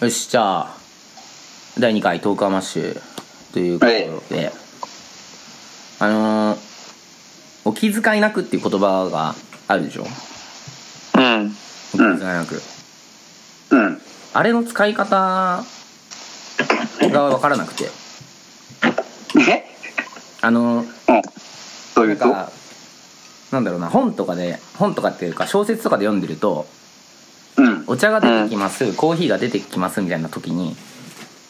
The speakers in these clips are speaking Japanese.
よし、じゃあ、第2回トークアマッシュということで、あのーお気遣いなくっていう言葉があるでしょうん。お気遣いなく。うん。あれの使い方がわからなくて。えあのーうん。どういなうんことか、なんだろうな、本とかで、本とかっていうか小説とかで読んでると、うん。お茶が出てきます、コーヒーが出てきますみたいな時に、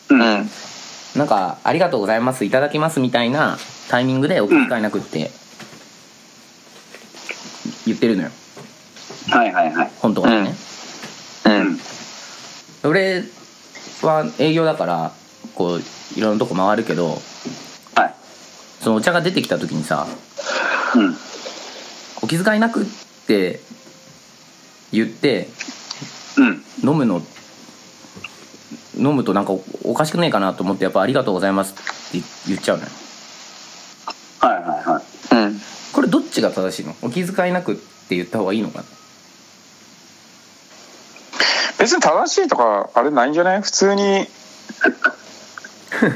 うん。なんか、ありがとうございます、いただきますみたいなタイミングでお気遣いなくって、言ってるのよ。はいはいはい。本とかでね。うん。俺は営業だから、こう、いろんなとこ回るけど、はい。そのお茶が出てきた時にさ、うん。お気遣いなくって言って、うん。飲むの、飲むとなんかおおかしくねえかなと思って、やっぱありがとうございますって言っちゃうのよ。はいはいはい。うん。これどっちが正しいのお気遣いなくって言った方がいいのかな別に正しいとかあれないんじゃない普 通に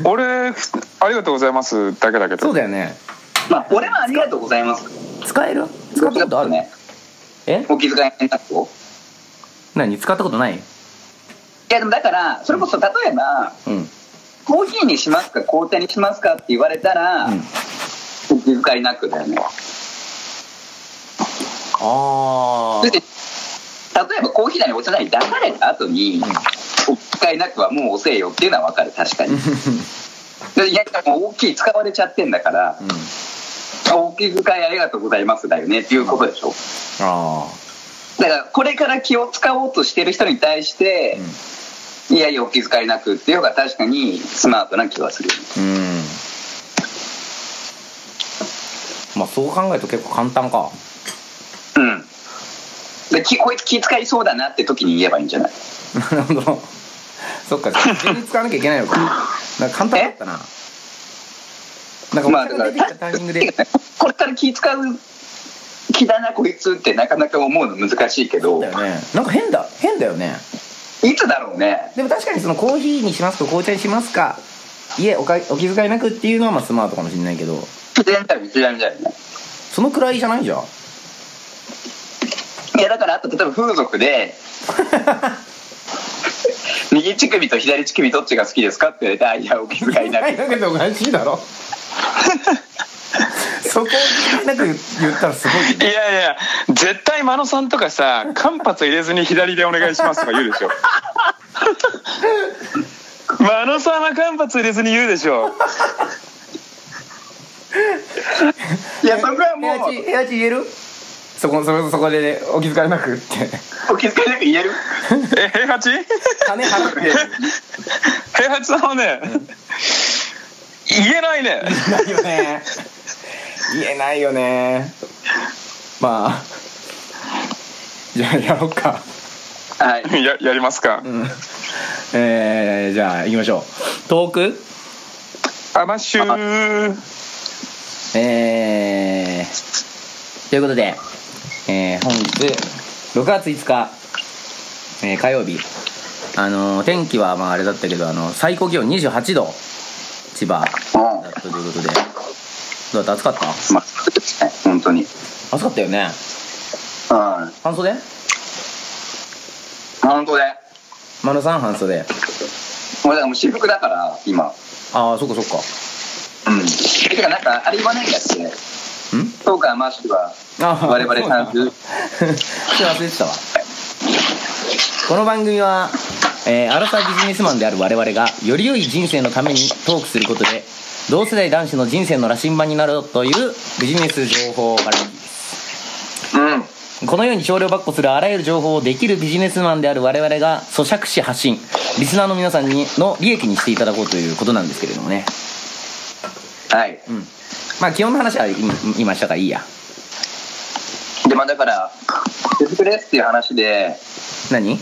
俺ふありがとうございますだけだけそどうだよね。まあ、俺はありがとうございます。使える使ったことあるね。ね。えお気遣いなくを。何使ったことないいや、でもだから、それこそ例えば、うん。うん。コーヒーにしますか、紅茶にしますかって言われたら、お気遣いなくだよね。あだって例えばコーヒーなりお茶なり出された後に、お気遣いなくはもう遅えよっていうのは分かる、確かに。でいや、もう大きい、使われちゃってんだから、うん。お気遣いありがとうございますだよねっていうことでしょ。あだから、これから気を使おうとしてる人に対しあ。てうん、。いやいや、お気遣いなくっていうのが確かにスマートな気はする。うん。まあそう考えると結構簡単か。 うん。できこいつ気遣いそうだなって時に言えばいいんじゃないなるほど。そっか、じゃあ自分で使わなきゃいけないのか。なんか簡単だったな。なんかま あまだたから出てきたタイミン グで。これから気遣う気だなこいつってなかなか思うの難しいけそどうだよね。なんか変だ、変だよね。いつだろうねでも確かにそのコーヒーにしますか紅茶にしますかいえおかお気遣いなくっていうのはまあスマートかもしれないけど自然体見つめみたいなそのくらいじゃないじゃんいやだからあと例えば風 俗で右乳首と左乳首どっちが好きですかって言われてあいやお気遣いなくだけどおかしいだ ろそこを気遣いなく言ったらすごいよいねやいや絶対真野さんとかさ間髪入れずに左でお願いしますとか言うでしょ真野さんは間髪入れずに言うでしょいやそれは部も屋地部屋地言えるそこそこそこで、お気遣いなくってうお気遣いなく言えるえ平八金払って平八さんはね、言えないねないよね言えないよねまあじゃあやろうかはいややりますか、うんえー、じゃあ行きましょうトークアマッシューえー、ということで、えー、本日6月5日、えー、火曜日あのー天気はまああれだったけどあの最高気温28度千葉だったということでどうだった暑かったまあそうですね本当に暑かったよねうん半袖本当ね真野さん半袖俺だからもう私服だから今ああそっかそっかうんてかなんかあれ言わないんだっけんトーカーマッシュはあー我々サークルそうだちょっと忘れてたわこの番組は、えー、アラサービジネスマンである我々がより良い人生のためにトークすることで同世代男子の人生の羅針盤になるというビジネス情報バラエティですうんこのように少量バッコするあらゆる情報をできるビジネスマンである我々が咀嚼し発信リスナーの皆さんにの利益にしていただこうということなんですけれどもねはいうんまあ基本の話は今今したからいいやでまあだから私服ですっていう話で何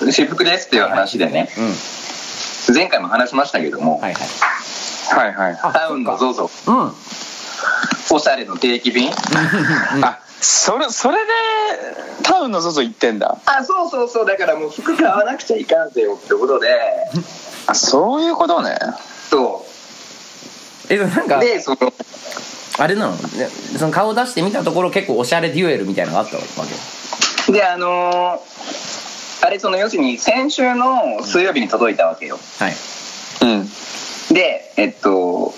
私服ですっていう話でねうん前回も話しましたけども、はいはいはいはいあタウンの ZOZO うんおしゃれの定期便 あそれそれでタウンの ZOZO 行ってんだあそうそうそうだからもう服買わなくちゃいかんぜよってこ とであそういうことねそえでもなんうかでそのあれなのねその顔出してみたところ結構おしゃれデュエルみたいなのがあったわけであのーあれその要するに先週の水曜日に届いたわけよはいうんでえっと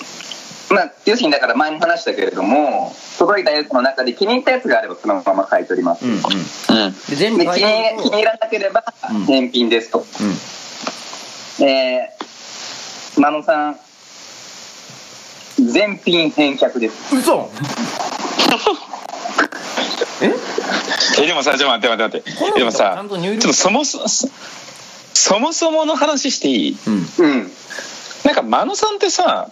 まあ要するにだから前も話したけれども届いたやつの中で気に入ったやつがあればそのまま買い取ります、うんうんうんで全部で買い気に取る気にと入らなければうん返品ですと、うんえー、真野さん全品返却です嘘ええでもさちょっと待って待って待こってんでなのもちゃさんちとょ入っ力とそもそそそもそもの話していいうんうんなんか真野さんってさ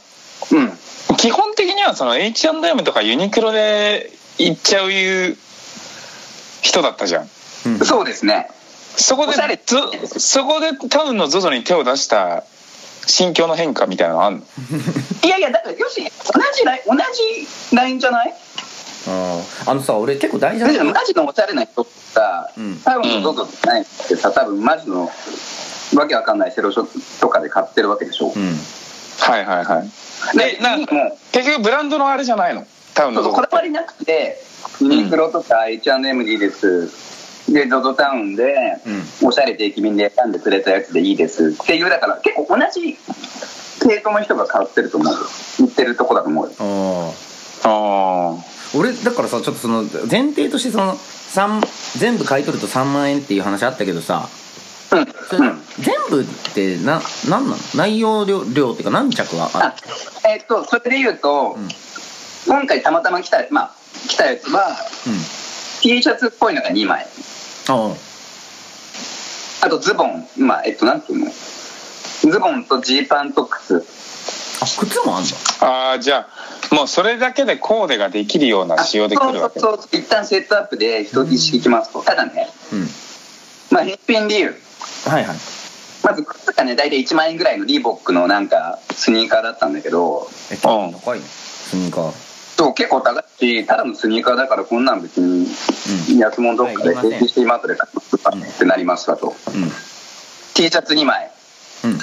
うん基本的にはその H&M とかユニクロで行っちゃういう人だったじゃんうんそうですねそこでおしゃれずそこでタウンの ZOZO に手を出した心境の変化みたいなのあんのいやいやだからよし同じライン同じラインじゃないあーあのさ俺結構大事だなけどマジのおしゃれな人さ、うん多分どうぞってないってさ多分マジのわけわかんないセロショップとかで買ってるわけでしょ、うんはいはいはいででなんかもう結局ブランドのあれじゃないのタウンそのうそうこ ZOZO だわりなくてユニクロとか H&M でいいですで ZOZO タウンで、うんおしゃれで駅便で選んでくれたやつでいいですっていうだから結構同じ系統の人が買ってると思うよ売ってるとこだと思うよああああ俺だからさちょっとその前提としてその三全部買い取ると3万円っていう話あったけどさうんそれうん全部ってななんなの内容量量っていうか何着はああえっとそれで言うと、うん今回たまたま来た,、まあ、来たやつはうん T シャツっぽいのが2枚ああとズボンまあえっとなんていうのズボンとジーパンと靴あ靴もあんだあーじゃあもうそれだけでコーデができるようなあ仕様で来るわけそうそうそう一旦セットアップで一式いきますと、ただねうんまあ返品理由はいはいまず靴がね大体1万円ぐらいのリーボックのなんかスニーカーだったんだけどえ高いねスニーカーそう結構高いしただのスニーカーだからこんなん別に安物どっかではい平均して今後で買ってくうんってなりましたと、うん T シャツ2枚うん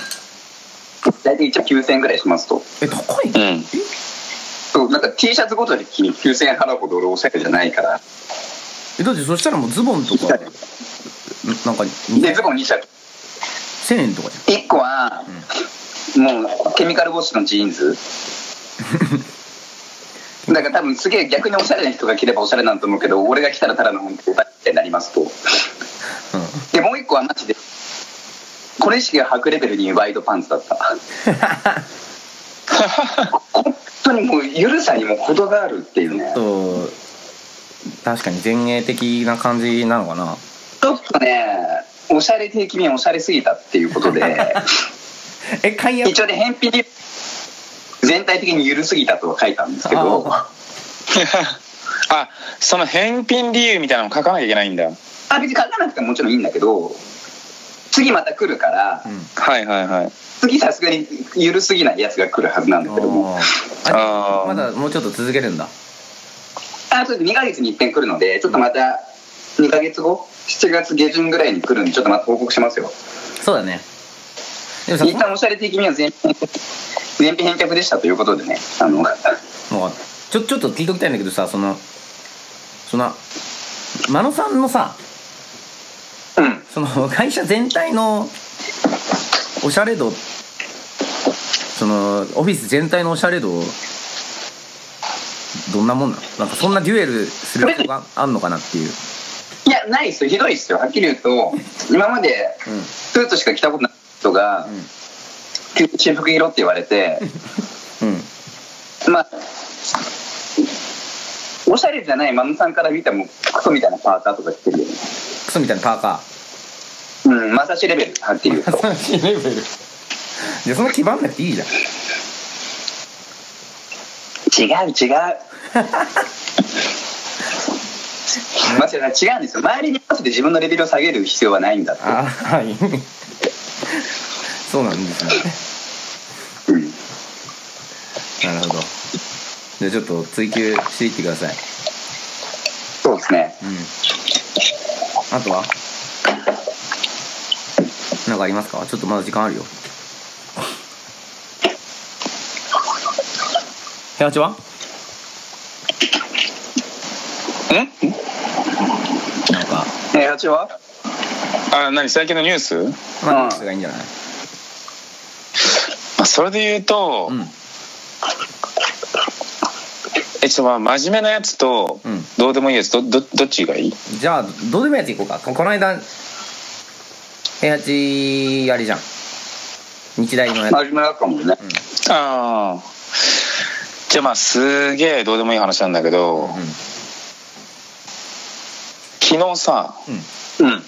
大体1万9000円ぐらいしますとえ高いうん そうなんか T シャツごとに9000円払うほど俺おしゃれじゃないからえだってそしたらもうズボンとかなんかで1000ズボン2着円とかじ1個は、もうケミカルウォッシュのジーンズだから多分すげえ逆におしゃれな人が着ればおしゃれなんと思うけど俺が着たらただの本当におしゃれになりますとゃんでもう一個はマジでこれ意識が履くレベルにワイドパンツだった 本当にもう緩さにも程があるっていうねうんと確かに前衛的な感じなのかなちょっとねおしゃれ的におしゃれすぎたっていうことでえ買いや一応ね返品で全体的に緩すぎたとは書いたんですけどああその返品理由みたいなのも書かなきゃいけないんだあ別に書かなくてももちろんいいんだけど次また来るから、うんはいはいはい次さすがに緩すぎないやつが来るはずなんだけどもああーまだもうちょっと続けるんだあと2ヶ月に一遍来るのでちょっとまた2ヶ月後7月下旬ぐらいに来るんでちょっとまた報告しますよそうだねでもさ一旦おしゃれ的には全品全品返却でしたということでねあのもうちょちょっと聞いときたいんだけどさそのその真野さんのさうんその会社全体のおしゃれ度そのオフィス全体のおしゃれ度どんなもんなのなんかそんなデュエルすることがあんのかなっていう、いやないっすよひどいっすよはっきり言うと今までうんうん、スーツしか着たことない人が急に私服着ろって言われてうんまあおしゃれじゃないマムさんから見たらもうクソみたいなパーカーとか着てるよねクソみたいなパーカうんまさしレベルはっきり言うとー新 レベルじゃあその基盤なくていいじゃん違う 違うマジで違うんですよ周りに合わせて自分のレベルを下げる必要はないんだってあはいそうなんですうんねなるほどじゃあちょっと追求していってくださいそうですね。うん。あとはなんかありますかちょっとまだ時間あるよ。平八はんなんか、え、八はあ何最近のニュース、ままあ、うニュんースがいいんじゃないあ、それで言うと、うん。えちょっとまあ真面目なやつと、うんどうでもいいやつどどどっちがいいじゃあ、どうでもいいやついこうか。ここの間、平八、あれじゃん。日大のやつ。真面目だったもんね。ああじゃあまあすげえどうでもいい話なんだけど、うん。昨日さうん。うん。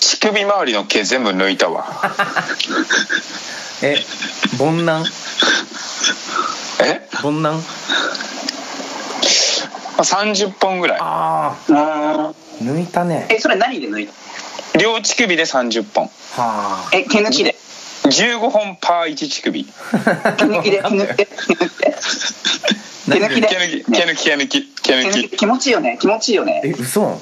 乳首周りの毛全部抜いたわえ、煩悩え、煩悩まあ、30本ぐらいあうん。あ、抜いたね。え、それ何で抜いた両乳首で30本はあ。え、毛抜きで。 15本パー1乳首毛抜きで、毛抜きで、毛抜きで。何毛抜きで毛抜き毛抜き毛抜き毛毛抜抜きき気持ちいいよね、気持ちいいよ え、ね。嘘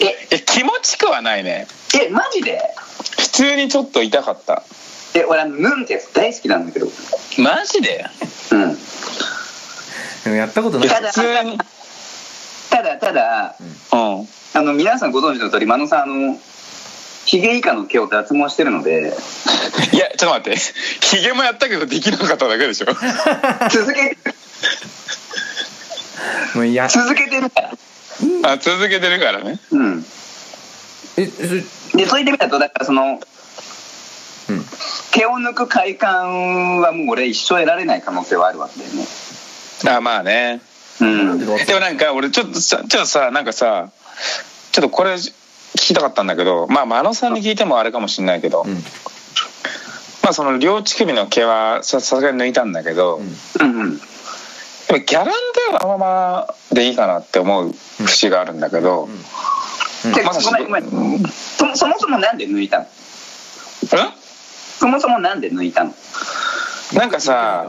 え、え気持ちくはないねえ、マジで普通にちょっと痛かったえ、俺、あのヌンってやつ大好きなんだけど。うマジでん。でもやったことない。た普だ通にただ、ただ、うんあの、皆さんご存知の通り、真野さん、あの、ヒゲ以下の毛を脱毛してるの で、いやちょっと待ってヒゲもやったけどできなかっただけでしょ続け、もういや、続けてるから。あ続けてるからねうん。え、それで、そういった意味だと、だからその、うん。毛を抜く快感はもう俺一生得られない可能性はあるわけだよね。あまあねうん。でもなんか俺ちょっとさちょっとさなんかさちょっとこれ聞きたかったんだけどまあ真野さんに聞いてもあれかもしんないけど、うん。まあその両乳首の毛はささすがに抜いたんだけど、うん。うんうん。でもギャランドゥはあのままでいいかなって思う節があるんだけど、うんうんでまさしごめんごめ。うんそそもそもなんで抜いたのそもそもなんで抜いたのなんかさ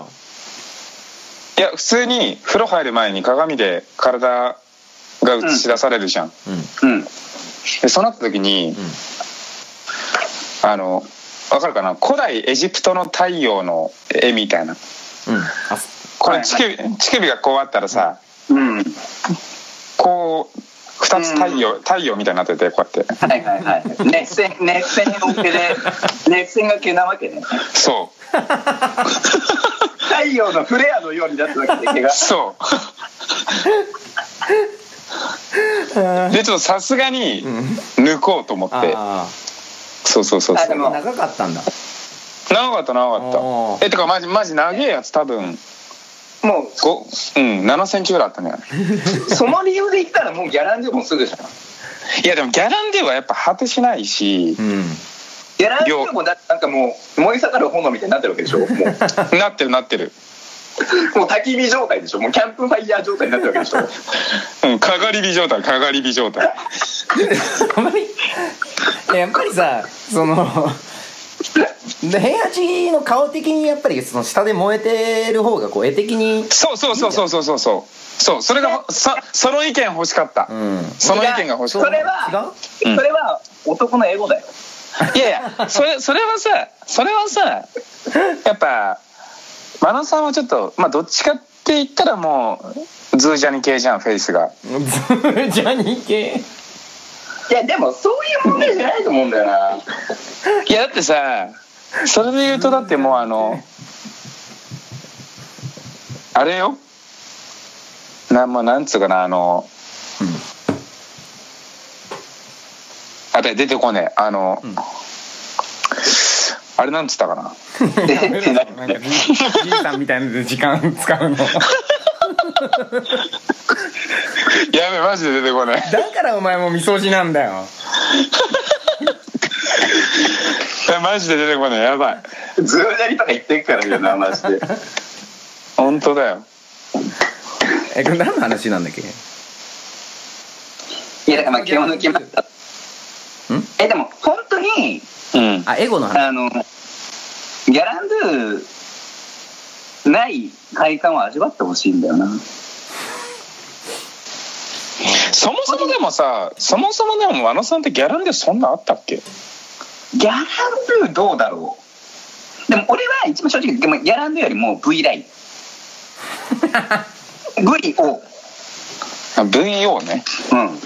いや普通に風呂入る前に鏡で体が映し出されるじゃん、うん。うん。うん。でそうなった時にあのわかるかな古代エジプトの太陽の絵みたいなうん。あ、すこはれい乳首,、乳首がこうあったらさうん。はいこう2つ太陽、太陽みたいになっててこうやってはいはい。熱線、熱線の毛 で、熱線が毛なわけね。そ太陽のフレアのようになったわけで毛がう。そ うでちょっとさすがにうん。抜こうと思ってあそうそうそうあそでうあ。も長かったんだ。長かった長かおったーえてかマジマジ長えやつ多分もう、ごうん7センチぐらいあったねその理由で言ったらもうギャランドゥもすぐじゃん。いやでもギャランではやっぱ果てしないしうん。ギャランドゥもだってなんかもう、燃え盛る炎みたいになってるわけ でしょもう、なってるなってるもう焚き火状態でしょもうキャンプファイヤー状態になってるわけでしょうんかがり火状態かがり火状態 あんまりえやっぱりさそので平八の顔的にやっぱりその下で燃えてる方がこう絵的にそうそうそうそうそうそうそうそうそれがそその意見欲しかった、うん その意見が欲しかっそれは違ううんそれは男のエゴだよた いやいやそれそれはさそれはさやっぱ真野さんはちょっとまあどっちかって言ったらもうズージャニ系じゃんフェイスがジャニー系いやでもそういう問題じゃないと思うんだよないやだってさそれで言うとだってもうあのあれよなんもうなんつうかなあのあれ出てこねえあの、うんあれなんつったかななんかじじいさんみたいなので時間使うのやべマジで出てこないだからお前もみそじなんだよマジで出てこないやばいズーなりとか言ってっからみたいな話 で本当だよえこれ何の話なんだっけいやだからまあ気を抜きましたんえでも本当にうんあエゴの話あのギャランドゥない快感を味わってほしいんだよな。そもそもでもさそもそもでも和野さんってギャランでそんなあったっけギャランドゥどうだろうでも俺は一番正直でもギャランドゥよりも V ライン VO あ VO ねうん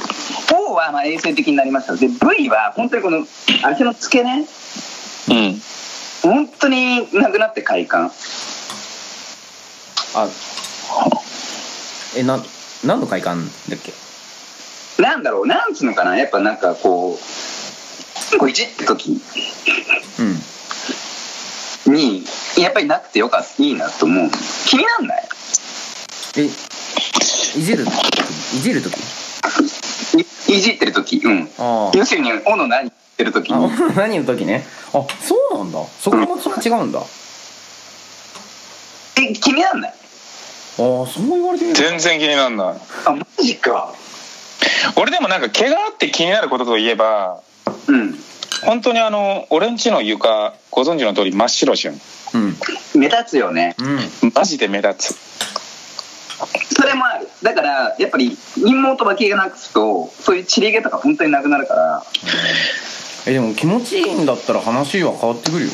O はまあ衛生的になりましたで V は本当にこの足の付け根うん本当になくなって快感あえな何の快感だっけなんだろうなんつうのかなやっぱなんかこうこういじった時うんにやっぱりなくてよかったいいなと思う気になんないえいじる時いじる時いいじってる時うんあー要するにおの何言ってる時あ に何の時ねあそうなんだそこもそれ違うんだあえ気になんないーそう言われてみる全然気になんないあマジか俺でもなんか毛があって気になることといえばうん本当にあの俺んちの床ご存知の通り真っ白じゃんうん目立つよねうんマジで目立つそれもあるだからやっぱり陰毛と脇毛がなくすとそういうちり毛とか本当になくなるからえでも気持ちいいんだったら話は変わってくるよ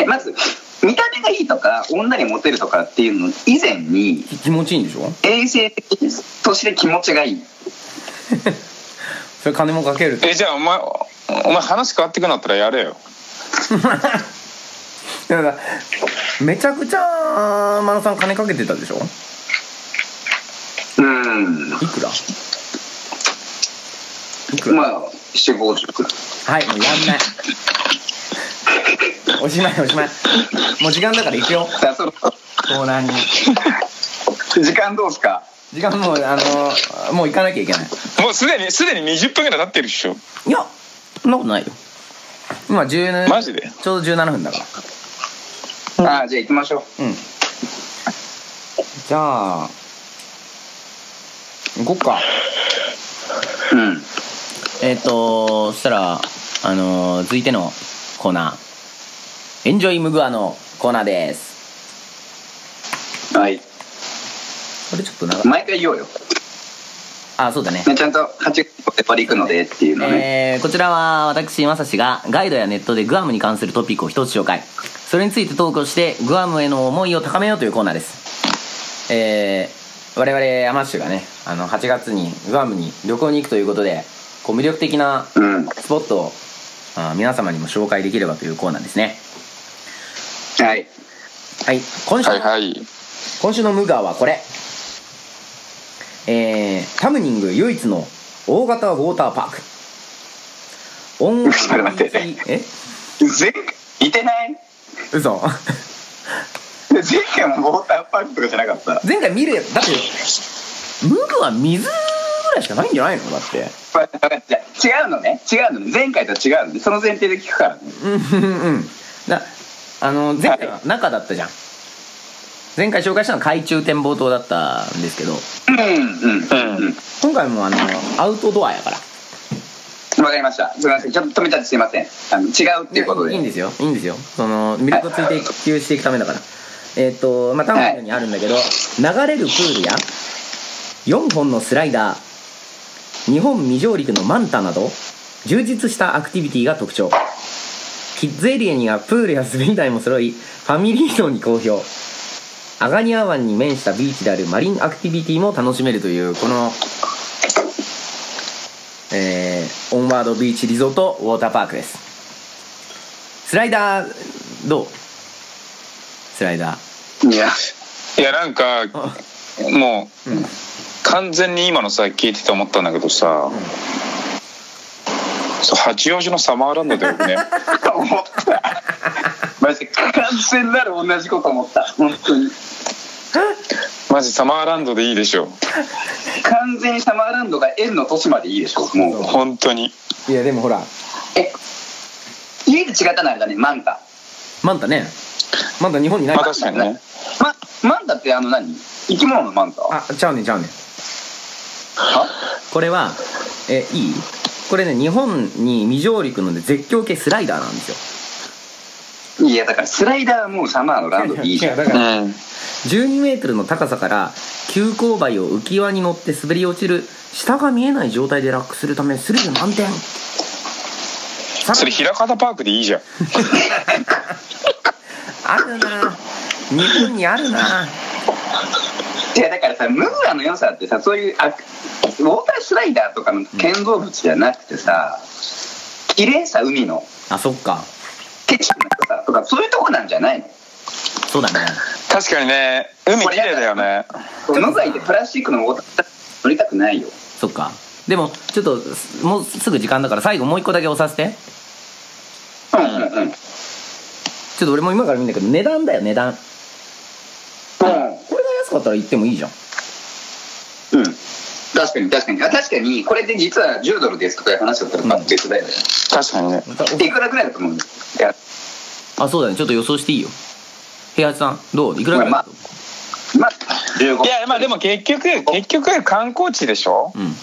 えまず見た目がいいとか女にモテるとかっていうの以前にき気持ちいいんでしょ衛生的として気持ちがいいそれ金もかけるとえじゃあお前お前話変わってくんだったらやれよだからめちゃくちゃ真野さん金かけてたでしょうんいくらいくら、まあ脂肪塾はいもうやんないおしまいおしまいもう時間だから行くよさあそのコーナーに 時間どうすか時間もうあのーもう行かなきゃいけないもうすでにすでに20分ぐらい経ってるでしょいやそんなことないよ今17マジでちょうど17分だからああじゃあ行きましょううんじゃあ行こっかうんえっ、とそしたらあのー続いてのコーナーエンジョイムグアのコーナーですはいこれちょっと長い毎回言おうよ、あそうだねね、ちゃんと8月ペパリ行くのでっていうのね、えーこちらは私まさしがガイドやネットでグアムに関するトピックを一つ紹介それについてトークをしてグアムへの思いを高めようというコーナーですえー我々アマッシュがねあの8月にグアムに旅行に行くということでこう魅力的なうんスポットをあー皆様にも紹介できればというコーナーですねはいはい今週のはいはい今週のムガーはこれえー、タムニング唯一の大型ウォーターパーク音楽 ちょっと待ってにえ前回似てない嘘前回もウォーターパークとかじゃなかった前回見るやつだってムグは水ぐらいしかないんじゃないのだってわかった違うのね違うのね前回と違うのねその前提で聞くからねうんうんうんだあの前回は中だったじゃん前回紹介したのは海中展望塔だったんですけどうんうんううん今回もあのアウトドアやからわかりましたすみませんちょっと止めちゃってすみませんあの違うっていうこといやいいんでですよいいんですよその魅力を追求していくためだからえっ、とまあタウンにあるんだけど、流れるプールや4本のスライダー日本未上陸のマンタなど充実したアクティビティが特徴キッズエリアにはプールや滑り台も揃いファミリー層に好評アガニア湾に面したビーチであるマリンアクティビティも楽しめるというこのえー、オンワードビーチリゾートウォーターパークですスライダーどうスライダーいやいやなんかあもううん完全に今のさ聞いてて思ったんだけどさ、んそう八王子のサマーランドだよね思ったマジで完全なる同じこと思った本当にマジサマーランドでいいでしょ完全にサマーランドが円の都市までいいでしょもう本当にいやでもほらえ家で違ったのあれだねマンタママンタねマンタ日本にないまあ確かにねママンタってあの何生き物のマンタあちゃうねちゃうねあこれはえいいこれね日本に未上陸ので絶叫系スライダーなんですよいや、だからスライダーはもうサマーのランドでいいじゃん。いやだだかかららうん12メートルの高さから急勾配を浮き輪に乗って滑り落ちる下が見えない状態で落下するためスリル満点さそれ平方パークでいいじゃんあるな日本にある なだからさ、ムーアの良さってさ、そういうあウォータースライダーとかの建造物じゃなくてさ、綺麗さ、海の、あそっか景色のさとか、そういうとこなんじゃないのそうだね確かにね海綺麗だよね野外でプラスチックのウォータースライダー乗りたくないよ。そっかでもちょっとすもうすぐ時間だから最後もう一個だけ押させてうんうんうん。ちょっと俺も今から見んだけど値段だよ値段こうれが安かったら行ってもいいじゃんん。うん。確かに確かに。あ確かに、これで実は10ドルですとかいう話だったらまあ別だよね。確かにねいくらぐらいだと思うんだよ。あそうだねちょっと予想していいよ平八さんどういくらぐらいだと思まあ、15いやまあでも結局結局観光地でしょううん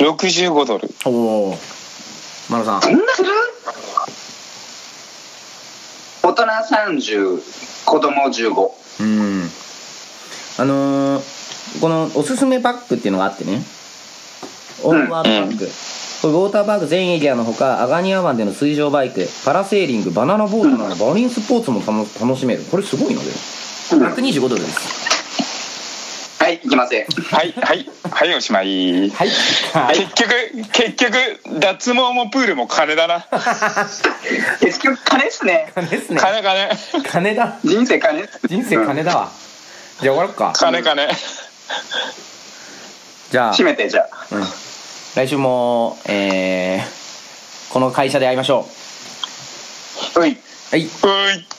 65ドルおおマロさんそんなする大人30子供15うんあのーこのおすすめパックっていうのがあってねオーバーパック、これウォーターパーク全エリアのほかアガニア湾での水上バイクパラセーリングバナナボートなどバリンスポーツも楽楽しめるこれすごいので125ドルですはい行きませんはいはいはいおしまいはい、結局結局脱毛もプールも金だな結局金っすね金ですね金金金だ人生金っす人生金だわ、じゃあ終わろっか金金じゃあ締めてじゃあうん来週もえーこの会社で会いましょうはいはいうい